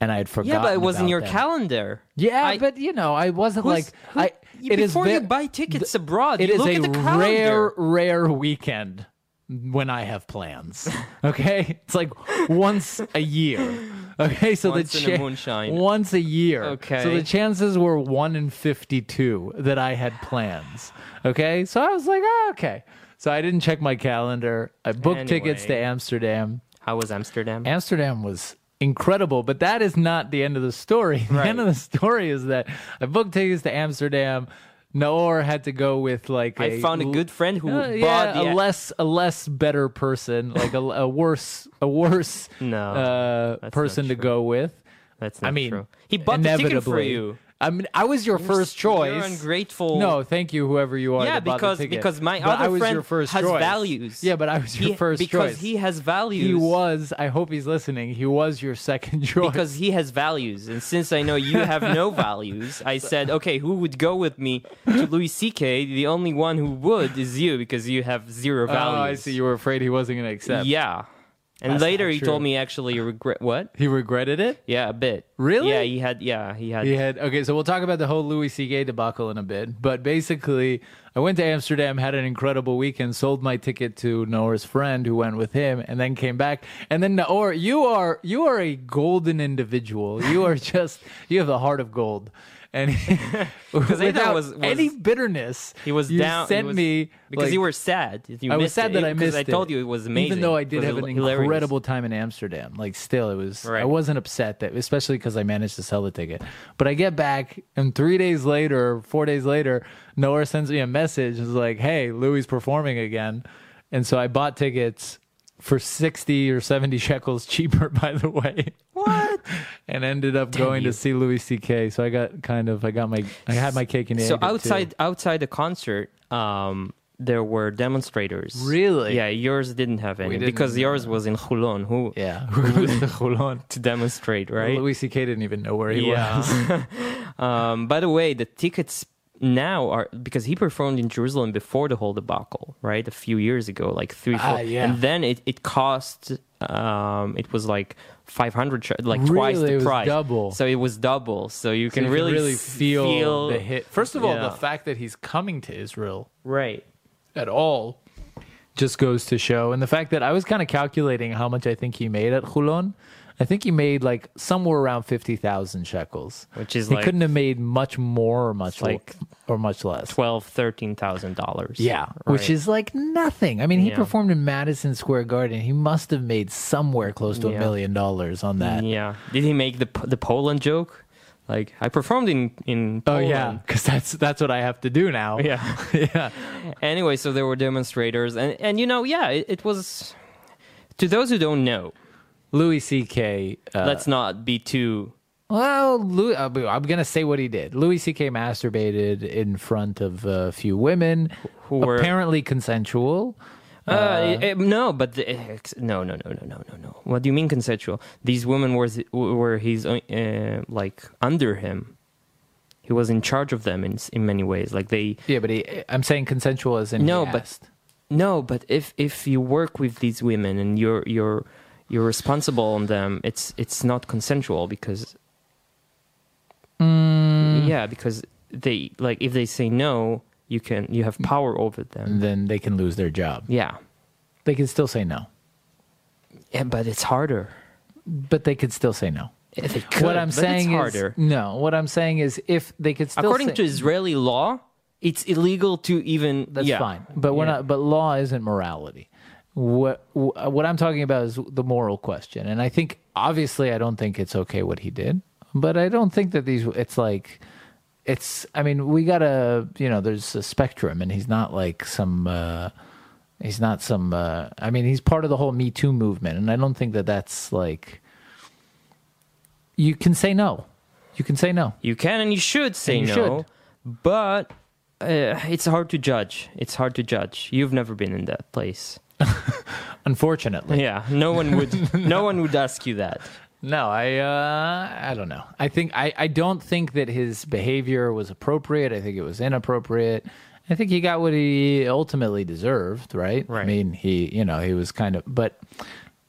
Speaker 1: and I had forgotten.
Speaker 2: Yeah, but it was in
Speaker 1: about
Speaker 2: your
Speaker 1: them.
Speaker 2: calendar.
Speaker 1: Yeah,
Speaker 2: I-
Speaker 1: but you know, I wasn't
Speaker 2: Who's-
Speaker 1: like
Speaker 2: who-
Speaker 1: I.
Speaker 2: you- before
Speaker 1: ve-
Speaker 2: you buy tickets abroad,
Speaker 1: it
Speaker 2: you
Speaker 1: is
Speaker 2: look
Speaker 1: a
Speaker 2: at the calendar.
Speaker 1: rare, rare weekend when I have plans. Okay, it's like once a year. Okay, so
Speaker 2: Once
Speaker 1: the
Speaker 2: in
Speaker 1: cha-
Speaker 2: a moonshine.
Speaker 1: once a year. so
Speaker 2: Okay.
Speaker 1: the chances were one in fifty-two that I had plans. Okay, so I was like, oh, okay. So I didn't check my calendar. I booked tickets to
Speaker 2: Anyway.
Speaker 1: Amsterdam.
Speaker 2: How was Amsterdam?
Speaker 1: Amsterdam was incredible, but that is not the end of the story. The end of the story is that I booked tickets to Amsterdam. Noor had to go with like
Speaker 2: I found a good friend who
Speaker 1: Uh,
Speaker 2: bought
Speaker 1: yeah,
Speaker 2: the
Speaker 1: a less a less better person, like a, a worse a worse
Speaker 2: No,
Speaker 1: uh,
Speaker 2: not
Speaker 1: person to
Speaker 2: true.
Speaker 1: go with.
Speaker 2: That's
Speaker 1: I
Speaker 2: not
Speaker 1: mean,
Speaker 2: true. He bought the ticket for
Speaker 1: inevitably.
Speaker 2: you.
Speaker 1: I mean, I was your first choice.
Speaker 2: You're ungrateful.
Speaker 1: No, thank you, whoever you are.
Speaker 2: Yeah,
Speaker 1: that bought the
Speaker 2: because
Speaker 1: ticket.
Speaker 2: because my
Speaker 1: But
Speaker 2: other
Speaker 1: I was
Speaker 2: friend
Speaker 1: your first
Speaker 2: has
Speaker 1: choice.
Speaker 2: values.
Speaker 1: Yeah, but I was your
Speaker 2: He-
Speaker 1: first
Speaker 2: because
Speaker 1: choice.
Speaker 2: he has values.
Speaker 1: He was. I hope he's listening. He was your second choice.
Speaker 2: because he has values, and since I know you have no values, I said, okay, who would go with me to Louis C.K.? The only one who would is you because you have zero values.
Speaker 1: Oh, I see. You were afraid he wasn't going to accept.
Speaker 2: Yeah. And
Speaker 1: That's
Speaker 2: later
Speaker 1: not
Speaker 2: he
Speaker 1: true.
Speaker 2: told me actually you regret what?
Speaker 1: He regretted it.
Speaker 2: Yeah, a bit.
Speaker 1: Really?
Speaker 2: Yeah, he had. Yeah, he had.
Speaker 1: He had okay. So we'll talk about the whole Louis C.K. debacle in a bit. But basically, I went to Amsterdam, had an incredible weekend, sold my ticket to Noor's friend who went with him, and then came back. And then Noor, you are you are a golden individual. You are just you have the heart of gold. And
Speaker 2: Aidan
Speaker 1: without
Speaker 2: was- was-
Speaker 1: any bitterness,
Speaker 2: He was
Speaker 1: you
Speaker 2: down. he
Speaker 1: Sent
Speaker 2: was-
Speaker 1: me
Speaker 2: because
Speaker 1: like,
Speaker 2: you were sad. You
Speaker 1: I was
Speaker 2: missed
Speaker 1: sad
Speaker 2: it,
Speaker 1: that I
Speaker 2: because
Speaker 1: missed
Speaker 2: I told you it was amazing.
Speaker 1: Even though I
Speaker 2: It
Speaker 1: did
Speaker 2: was
Speaker 1: have an
Speaker 2: hil- hilarious.
Speaker 1: incredible time in Amsterdam, like still it was. I
Speaker 2: Right.
Speaker 1: wasn't upset that, especially because I managed to sell the ticket. But I get back, and three days later, four days later, Noah sends me a message. Is like, "Hey, Louis performing again," and so I bought tickets for sixty or seventy shekels cheaper. By the way,
Speaker 2: What?
Speaker 1: and ended up going
Speaker 2: you.
Speaker 1: to see Louis C.K. So I got kind of, I got my, I had my cake and ate
Speaker 2: So
Speaker 1: it, too.
Speaker 2: outside outside the concert, um, there were demonstrators.
Speaker 1: Really?
Speaker 2: Yeah, yours didn't have any
Speaker 1: didn't,
Speaker 2: because yours was in Hulon. Who
Speaker 1: yeah, who was the Hulon?
Speaker 2: to demonstrate, right?
Speaker 1: Louis C.K. didn't even know where he was.
Speaker 2: yeah. um, by the way, the tickets now are because he performed in Jerusalem before the whole debacle, right? A few years ago, like three,
Speaker 1: Ah,
Speaker 2: four,
Speaker 1: yeah.
Speaker 2: and then it it cost. Um, it was like 500 sh- like twice
Speaker 1: Really?
Speaker 2: the
Speaker 1: It was
Speaker 2: price
Speaker 1: double.
Speaker 2: so it was double so you
Speaker 1: You
Speaker 2: can really s-
Speaker 1: feel, the hit. First of all,
Speaker 2: Yeah.
Speaker 1: the fact that he's coming to Israel
Speaker 2: right
Speaker 1: at all just goes to show. And the fact that I was kind of calculating how much I think he made at Hulon. I think he made like somewhere around 50,000 shekels.
Speaker 2: Which is
Speaker 1: he
Speaker 2: like-
Speaker 1: couldn't have made much more or much
Speaker 2: like
Speaker 1: like or much less.
Speaker 2: 12 13000 dollars
Speaker 1: Yeah, which is like nothing. I mean, he
Speaker 2: Yeah.
Speaker 1: performed in Madison Square Garden. He must have made somewhere close to a
Speaker 2: Yeah.
Speaker 1: million dollars on that.
Speaker 2: yeah did he make the P- the poland joke like i performed in in
Speaker 1: Oh
Speaker 2: poland.
Speaker 1: yeah, because that's that's what I have to do now.
Speaker 2: yeah
Speaker 1: yeah.
Speaker 2: anyway, so there were demonstrators, and and you know, yeah, it, it was. To those who don't know,
Speaker 1: Louis C.K. Uh,
Speaker 2: let's not be too.
Speaker 1: well, Louis, uh, I'm gonna say what he did. Louis C.K. masturbated in front of a few women
Speaker 2: Who were-
Speaker 1: apparently consensual.
Speaker 2: Uh, eh, eh, no, but the, eh, ex- no, no, no, no, no, no, no. What do you mean consensual? These women were th- were his own, uh, like under him. He was in charge of them in s- in many ways. Like they
Speaker 1: Yeah, but he, I'm saying consensual as in
Speaker 2: no,
Speaker 1: he
Speaker 2: but
Speaker 1: asked.
Speaker 2: no, but if if you work with these women and you're you're you're responsible on them, it's it's not consensual because
Speaker 1: Mm.
Speaker 2: yeah, because they like if they say no, you can you have power over them.
Speaker 1: And then they can lose their job.
Speaker 2: Yeah,
Speaker 1: They can still say no,
Speaker 2: yeah but it's harder.
Speaker 1: but they could still say no.
Speaker 2: If they could,
Speaker 1: what I'm
Speaker 2: but
Speaker 1: saying
Speaker 2: it's harder.
Speaker 1: is no. What I'm saying is if they could still
Speaker 2: According
Speaker 1: say,
Speaker 2: to Israeli law, it's illegal to even.
Speaker 1: that's
Speaker 2: yeah.
Speaker 1: fine. But we're
Speaker 2: Yeah.
Speaker 1: not. But law isn't morality. What wh- what I'm talking about is the moral question, and I think obviously I don't think it's okay what he did, but I don't think that these. It's like. It's. I mean, we gotta. You know, there's a spectrum, and he's not like some. Uh, he's not some. Uh, I mean, he's part of the whole Me Too movement, and I don't think that that's like. You can say no. You can say no.
Speaker 2: You can and you should say
Speaker 1: And you
Speaker 2: no, but uh, it's hard to judge. It's hard to judge. You've never been in that place.
Speaker 1: Unfortunately,
Speaker 2: Yeah, no one would. no one would ask you that.
Speaker 1: No, I uh, I don't know. I think I, I don't think that his behavior was appropriate. I think it was inappropriate. I think he got what he ultimately deserved, right? I
Speaker 2: Right.
Speaker 1: mean, he you know, he was kind of but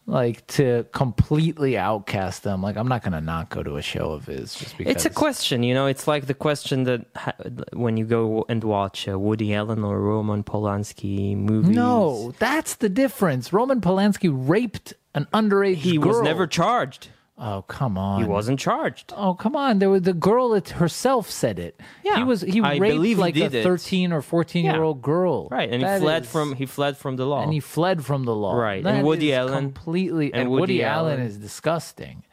Speaker 1: like to completely outcast them, like I'm not gonna not go to a show of his just because
Speaker 2: It's a question, you know. It's like the question that ha- when you go and watch a Woody Allen or Roman Polanski movie.
Speaker 1: No, that's the difference. Roman Polanski raped an underage
Speaker 2: he
Speaker 1: girl.
Speaker 2: was never charged.
Speaker 1: Oh come on.
Speaker 2: He wasn't charged.
Speaker 1: Oh come on! There was the girl it herself said it.
Speaker 2: Yeah,
Speaker 1: he was he
Speaker 2: I
Speaker 1: raped
Speaker 2: believe he
Speaker 1: like
Speaker 2: did
Speaker 1: a
Speaker 2: it.
Speaker 1: thirteen or fourteen year old girl.
Speaker 2: Right, and he
Speaker 1: That
Speaker 2: fled
Speaker 1: is-
Speaker 2: from he fled from the law.
Speaker 1: and he fled from the law.
Speaker 2: Right, and
Speaker 1: That
Speaker 2: Woody
Speaker 1: is
Speaker 2: Allen-
Speaker 1: completely
Speaker 2: and
Speaker 1: and Woody,
Speaker 2: Woody
Speaker 1: Allen,
Speaker 2: Allen.
Speaker 1: is disgusting.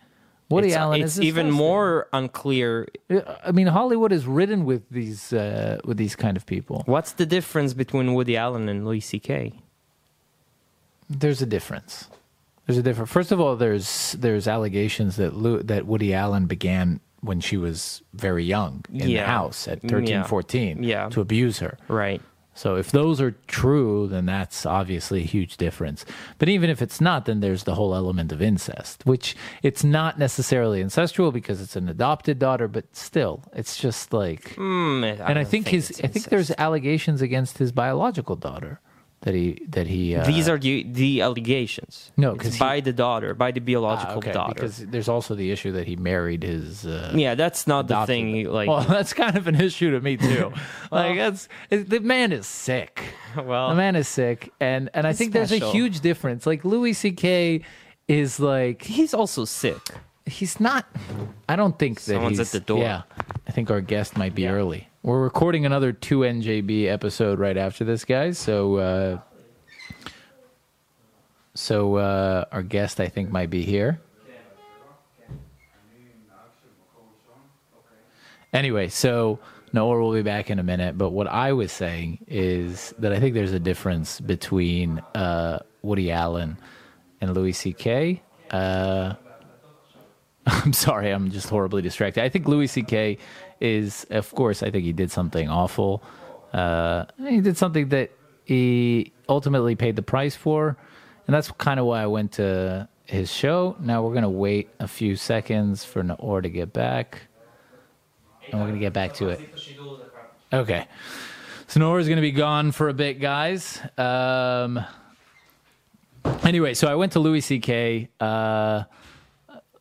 Speaker 1: Woody
Speaker 2: it's,
Speaker 1: Allen
Speaker 2: it's
Speaker 1: is
Speaker 2: even
Speaker 1: disgusting.
Speaker 2: more unclear
Speaker 1: I mean, Hollywood is ridden with these uh, with these kind of people.
Speaker 2: What's the difference between Woody Allen and Louis C.K.?
Speaker 1: There's a difference. There's a difference. First of all, there's there's allegations that Lou, that Woody Allen began when she was very young in
Speaker 2: Yeah.
Speaker 1: the
Speaker 2: Mm,
Speaker 1: house at
Speaker 2: Yeah.
Speaker 1: 13, 14
Speaker 2: Yeah.
Speaker 1: to abuse her.
Speaker 2: Right.
Speaker 1: So if those are true, then that's obviously a huge difference. But even if it's not, then there's the whole element of incest, which it's not necessarily incestual because it's an adopted daughter, but still, it's just like.
Speaker 2: Hmm.
Speaker 1: and I think his, I think there's allegations against his biological daughter that he that he. Uh,
Speaker 2: these are the, the allegations.
Speaker 1: No,
Speaker 2: It's
Speaker 1: 'cause he- Ah,
Speaker 2: by the daughter, by the biological
Speaker 1: okay,
Speaker 2: daughter.
Speaker 1: because there's also the issue that he married his. Uh,
Speaker 2: yeah, that's not the thing. you,
Speaker 1: adopted-
Speaker 2: Like,
Speaker 1: well, that's kind of an issue to me too. like, that's it, the man is sick.
Speaker 2: Well-
Speaker 1: the man is sick, and and I think there's a
Speaker 2: special.
Speaker 1: huge difference. Like Louis C.K. is like
Speaker 2: he's also sick.
Speaker 1: he's not. I don't think that
Speaker 2: Someone's
Speaker 1: he's-
Speaker 2: at the door.
Speaker 1: Yeah, I think our guest might be early. We're recording another two NJB episode right after this, guys. So. uh so uh, our guest, I think, might be here. Anyway, so Noah will be back in a minute. But what I was saying is that I think there's a difference between uh, Woody Allen and Louis C.K. Uh, I'm sorry, I'm just horribly distracted. I think Louis C.K. is, of course, I think he did something awful. Uh, he did something that he ultimately paid the price for, and that's kind of why I went to his show. Now we're gonna wait a few seconds for Naor to get back, and we're gonna get back to it. Okay, so Naor's gonna be gone for a bit, guys. Um, anyway, so I went to Louis C.K. Uh,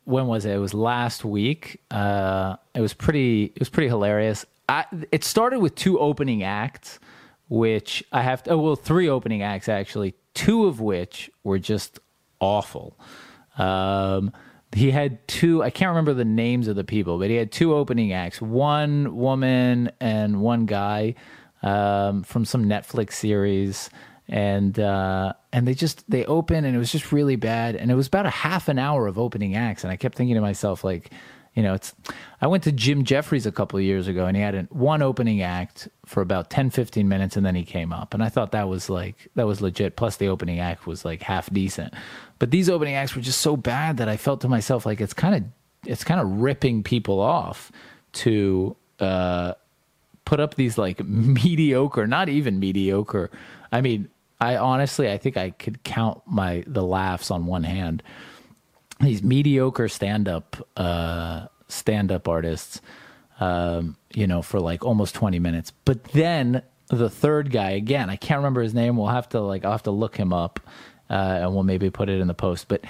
Speaker 1: when was it? It was last week. Uh, it was pretty. It was pretty hilarious. I, it started with two opening acts, which I have. To, oh well, three opening acts actually. Two of which were just awful. Um, he had two. I can't remember the names of the people, but he had two opening acts. One woman and one guy um, from some Netflix series and uh, and they just they open and it was just really bad and it was about a half an hour of opening acts and I kept thinking to myself like you know it's I went to Jim Jeffries a couple of years ago and he had an, one opening act for about 10 15 minutes and then he came up and I thought that was like that was legit plus the opening act was like half decent but these opening acts were just so bad that I felt to myself like it's kind of it's kind of ripping people off to uh, put up these like mediocre not even mediocre I mean I honestly, I think I could count my the laughs on one hand. These mediocre stand up uh, stand up artists, um, you know, for like almost twenty minutes. But then the third guy again, I can't remember his name. We'll have to like I'll have to look him up, uh, and we'll maybe put it in the post. But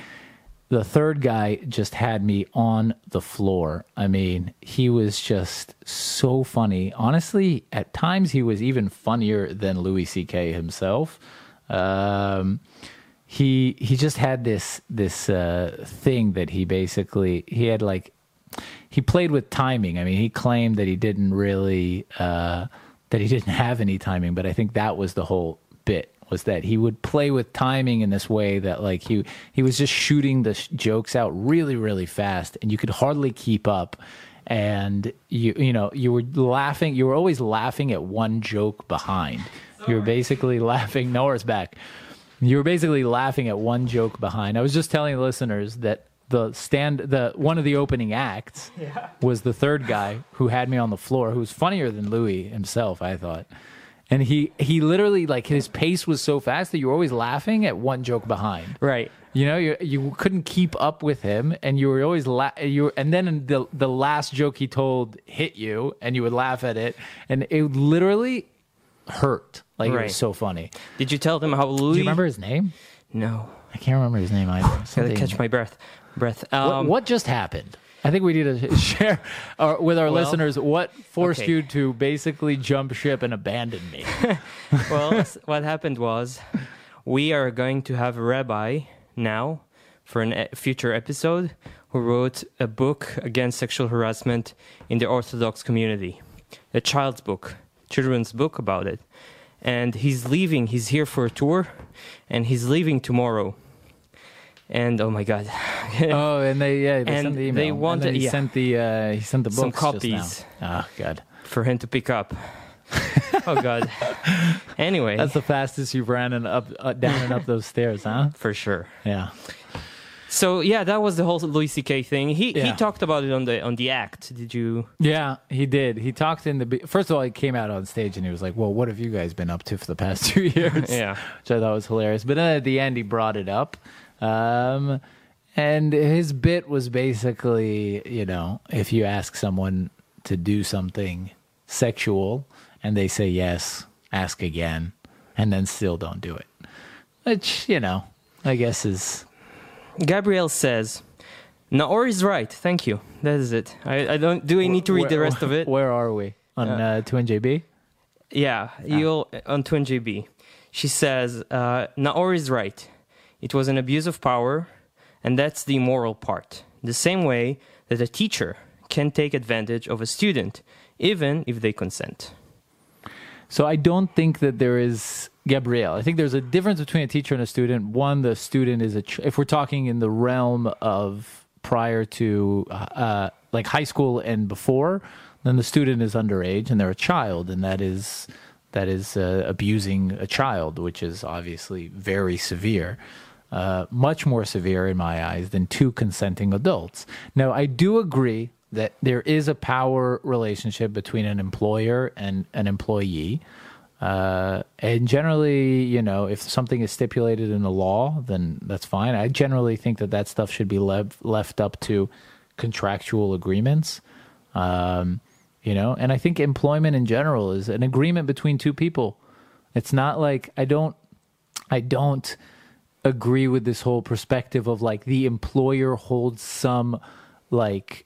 Speaker 1: the third guy just had me on the floor. I mean, he was just so funny. Honestly, at times he was even funnier than Louis C.K. himself. Um, he he just had this this uh, thing that he basically he had like he played with timing. I mean, he claimed that he didn't really uh, that he didn't have any timing, but I think that was the whole bit was that he would play with timing in this way that like he he was just shooting the sh- jokes out really really fast and you could hardly keep up and you you know you were laughing you were always laughing at one joke behind you were basically laughing Nora's back you were basically laughing at one joke behind i was just telling the listeners that the stand the one of the opening acts was the third guy who had me on the floor who was funnier than louis himself i thought and he he literally like his pace was so fast that you were always laughing at one joke behind
Speaker 2: Right.
Speaker 1: you know you you couldn't keep up with him and you were always la- you were, and then the the last joke he told hit you and you would laugh at it and it literally hurt like it
Speaker 2: Right.
Speaker 1: was so funny
Speaker 2: Did you tell them how Louis?
Speaker 1: do you remember his name
Speaker 2: No.
Speaker 1: i can't remember his name either
Speaker 2: Gotta
Speaker 1: Something-
Speaker 2: catch my breath. Breath.
Speaker 1: what,
Speaker 2: Um,
Speaker 1: what just happened I think we need to share our, with our listeners what forced
Speaker 2: okay.
Speaker 1: you to basically jump ship and abandon me.
Speaker 2: well, s- what happened was we are going to have a rabbi now for an e- future episode who wrote a book against sexual harassment in the Orthodox community, a child's book, children's book about it. And he's leaving, he's here for a tour, and he's leaving tomorrow. And oh my God,
Speaker 1: Oh, and they yeah they
Speaker 2: And
Speaker 1: sent the email.
Speaker 2: they
Speaker 1: And
Speaker 2: wanted-
Speaker 1: then he
Speaker 2: yeah.
Speaker 1: sent the uh, he sent the books
Speaker 2: Some
Speaker 1: Just
Speaker 2: copies.
Speaker 1: now. Oh god,
Speaker 2: for him to pick up. oh God. Anyway,
Speaker 1: that's the fastest you've ran and up uh, down and up those stairs, huh?
Speaker 2: for sure.
Speaker 1: Yeah.
Speaker 2: So yeah, that was the whole Louis C.K. thing. He he
Speaker 1: Yeah.
Speaker 2: talked about it on the on the act. Did you?
Speaker 1: Yeah, he did. He talked in the be- first of all. He came out on stage and he was like, "Well, what have you guys been up to for the past two years?"
Speaker 2: Yeah.
Speaker 1: which I thought was hilarious. But then at the end, he brought it up, um, and his bit was basically, you know, if you ask someone to do something sexual and they say yes, ask again, and then still don't do it, which you know, I guess is
Speaker 2: Gabrielle says, Naor is right. Thank you. That is it. I, I don't. Do we need to read the rest of it?
Speaker 1: Where are we on uh, Twin JB?
Speaker 2: Yeah, you'll on Twin GB. She says, uh, Naor is right. It was an abuse of power, and that's the immoral part. The same way that a teacher can take advantage of a student, even if they consent.
Speaker 1: So I don't think that there is Gabrielle. I think there's a difference between a teacher and a student. One, the student is a. Ch- if we're talking in the realm of prior to uh, like high school and before, then the student is underage and they're a child, and that is that is uh, abusing a child, which is obviously very severe. Uh, much more severe in my eyes than two consenting adults. Now, I do agree that there is a power relationship between an employer and an employee. Uh, and generally, you know, if something is stipulated in the law, then that's fine. I generally think that that stuff should be lev- left up to contractual agreements. Um, you know, and I think employment in general is an agreement between two people. It's not like I don't, I don't agree with this whole perspective of like the employer holds some like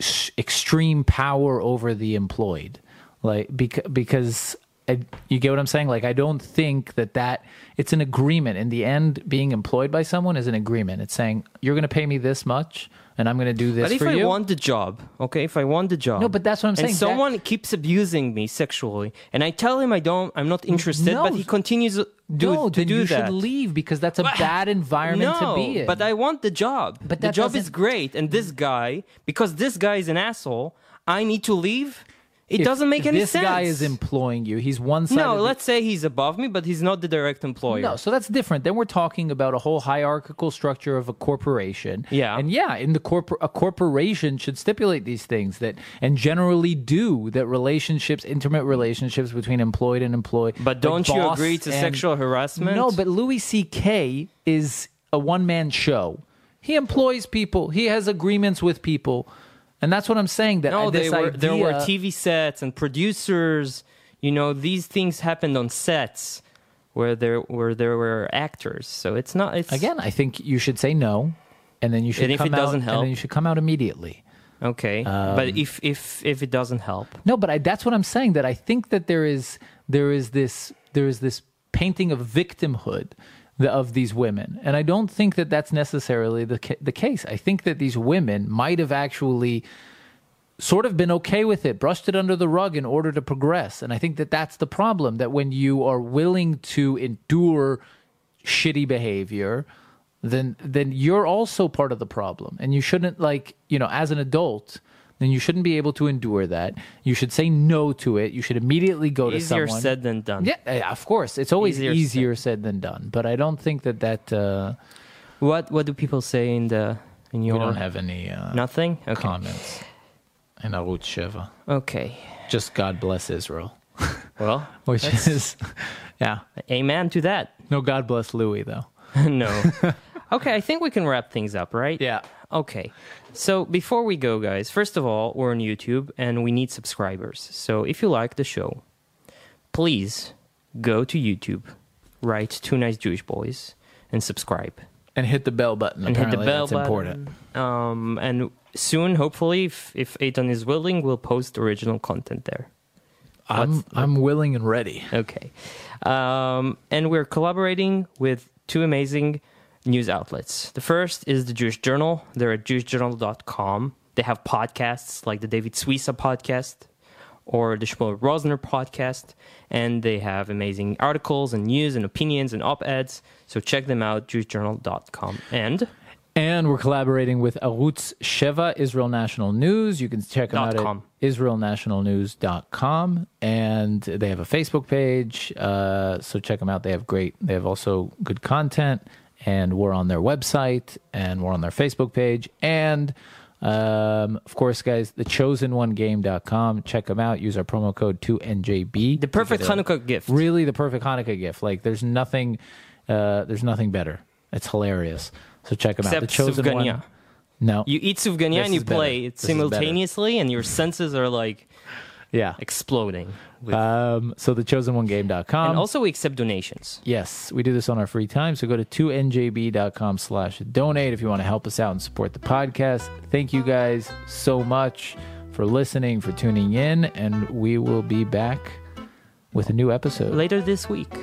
Speaker 1: sh- extreme power over the employed like beca- because I, you get what i'm saying like i don't think that that it's an agreement in the end being employed by someone is an agreement it's saying you're going to pay me this much and i'm going to do this
Speaker 2: But if
Speaker 1: for
Speaker 2: I
Speaker 1: you
Speaker 2: want the job, okay, if I want the job,
Speaker 1: No, but that's what I'm saying,
Speaker 2: And
Speaker 1: that-
Speaker 2: someone keeps abusing me sexually, and I tell him I don't, I'm not interested,
Speaker 1: No.
Speaker 2: but he continues do,
Speaker 1: no,
Speaker 2: to
Speaker 1: then
Speaker 2: do
Speaker 1: you
Speaker 2: that.
Speaker 1: should leave because that's a bad environment
Speaker 2: no,
Speaker 1: to be in.
Speaker 2: but I want the job.
Speaker 1: But
Speaker 2: the
Speaker 1: that
Speaker 2: job is
Speaker 1: doesn't-
Speaker 2: great, and this guy, because this guy is an asshole, I need to leave. It
Speaker 1: If
Speaker 2: doesn't make any
Speaker 1: this
Speaker 2: sense.
Speaker 1: guy is employing you. He's one side.
Speaker 2: no,
Speaker 1: of the-
Speaker 2: let's say he's above me, but he's not the direct employer.
Speaker 1: No, so that's different. Then we're talking about a whole hierarchical structure of a corporation.
Speaker 2: Yeah.
Speaker 1: And yeah, in the corpor a corporation should stipulate these things that and generally do that relationships, intimate relationships between employed and employee.
Speaker 2: But don't you
Speaker 1: boss
Speaker 2: agree to
Speaker 1: and-
Speaker 2: sexual harassment?
Speaker 1: No, but Louis C.K. is a one man show. He employs people. He has agreements with people. And that's what I'm saying. That
Speaker 2: No,
Speaker 1: this
Speaker 2: they were, there were
Speaker 1: idea-
Speaker 2: TV sets and producers. You know, these things happened on sets where there where there were actors. So it's not. It's
Speaker 1: Again, I think you should say no, and then you should
Speaker 2: And if
Speaker 1: come
Speaker 2: it doesn't
Speaker 1: out,
Speaker 2: help?
Speaker 1: and then you should come out immediately.
Speaker 2: okay.
Speaker 1: Um,
Speaker 2: but if if if it doesn't help,
Speaker 1: No, but I, that's what I'm saying. That I think that there is there is this there is this painting of victimhood the, of these women, and I don't think that that's necessarily the ca- the case. I think that these women might have actually sort of been okay with it, brushed it under the rug in order to progress, and I think that that's the problem. That when you are willing to endure shitty behavior. Then, then you're also part of the problem, and you shouldn't like you know as an adult then you shouldn't be able to endure that. You should say no to it. You should immediately go to
Speaker 2: easier
Speaker 1: someone.
Speaker 2: said than done.
Speaker 1: Yeah, eh, of course. It's always
Speaker 2: Easier
Speaker 1: easier,
Speaker 2: said.
Speaker 1: said than done. But I don't think that that uh,
Speaker 2: What what do people say in the in your
Speaker 1: we don't have any uh,
Speaker 2: nothing? Okay.
Speaker 1: comments in Arut Sheva.
Speaker 2: Okay.
Speaker 1: Just God bless Israel,
Speaker 2: Well,
Speaker 1: which is yeah.
Speaker 2: amen to that.
Speaker 1: No, God bless Louis though.
Speaker 2: no. okay, I think we can wrap things up, right?
Speaker 1: Yeah.
Speaker 2: Okay. So before we go, guys, first of all, we're on YouTube and we need subscribers. So if you like the show, please go to YouTube, write Two Nice Jewish Boys, and subscribe.
Speaker 1: And hit the bell button.
Speaker 2: And
Speaker 1: Apparently
Speaker 2: hit the bell
Speaker 1: that's
Speaker 2: button.
Speaker 1: important.
Speaker 2: Um, and soon, hopefully, if, if Aiton is willing, we'll post original content there.
Speaker 1: I'm I'm willing and ready.
Speaker 2: Okay. Um, and we're collaborating with two amazing news outlets. The first is the Jewish Journal. They're at jewishjournal.com. They have podcasts like the David Suissa podcast or the Shmuel Rosner podcast. And they have amazing articles and news and opinions and op eds. So check them out, jewishjournal.com. And
Speaker 1: And we're collaborating with Arutz Sheva, Israel National News. You can check them
Speaker 2: Dot
Speaker 1: out
Speaker 2: com.
Speaker 1: at israelnationalnews.com. And they have a Facebook page. Uh, so check them out. They have great, they have also good content. And we're on their website and we're on their Facebook page. And um, of course, guys, the chosenonegame.com. Check them out. Use our promo code 2NJB.
Speaker 2: the perfect Hanukkah gift.
Speaker 1: Really, the perfect Hanukkah gift. Like, there's nothing, uh, there's nothing better. It's hilarious. So check them out. The
Speaker 2: Except
Speaker 1: chosen
Speaker 2: Sufganiyah.
Speaker 1: one. No.
Speaker 2: You eat sufganiyah
Speaker 1: This
Speaker 2: and you
Speaker 1: is better.
Speaker 2: play it
Speaker 1: This is better.
Speaker 2: simultaneously, and your senses are like
Speaker 1: yeah.
Speaker 2: exploding. With,
Speaker 1: Um, so the chosen one game.com.
Speaker 2: and also, we accept donations.
Speaker 1: yes, we do this on our free time. So go to 2njb.com slash donate if you want to help us out and support the podcast. Thank you guys so much for listening, for tuning in, and we will be back with a new episode.
Speaker 2: later this week.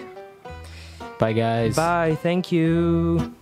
Speaker 1: Bye guys.
Speaker 2: Bye. Thank you.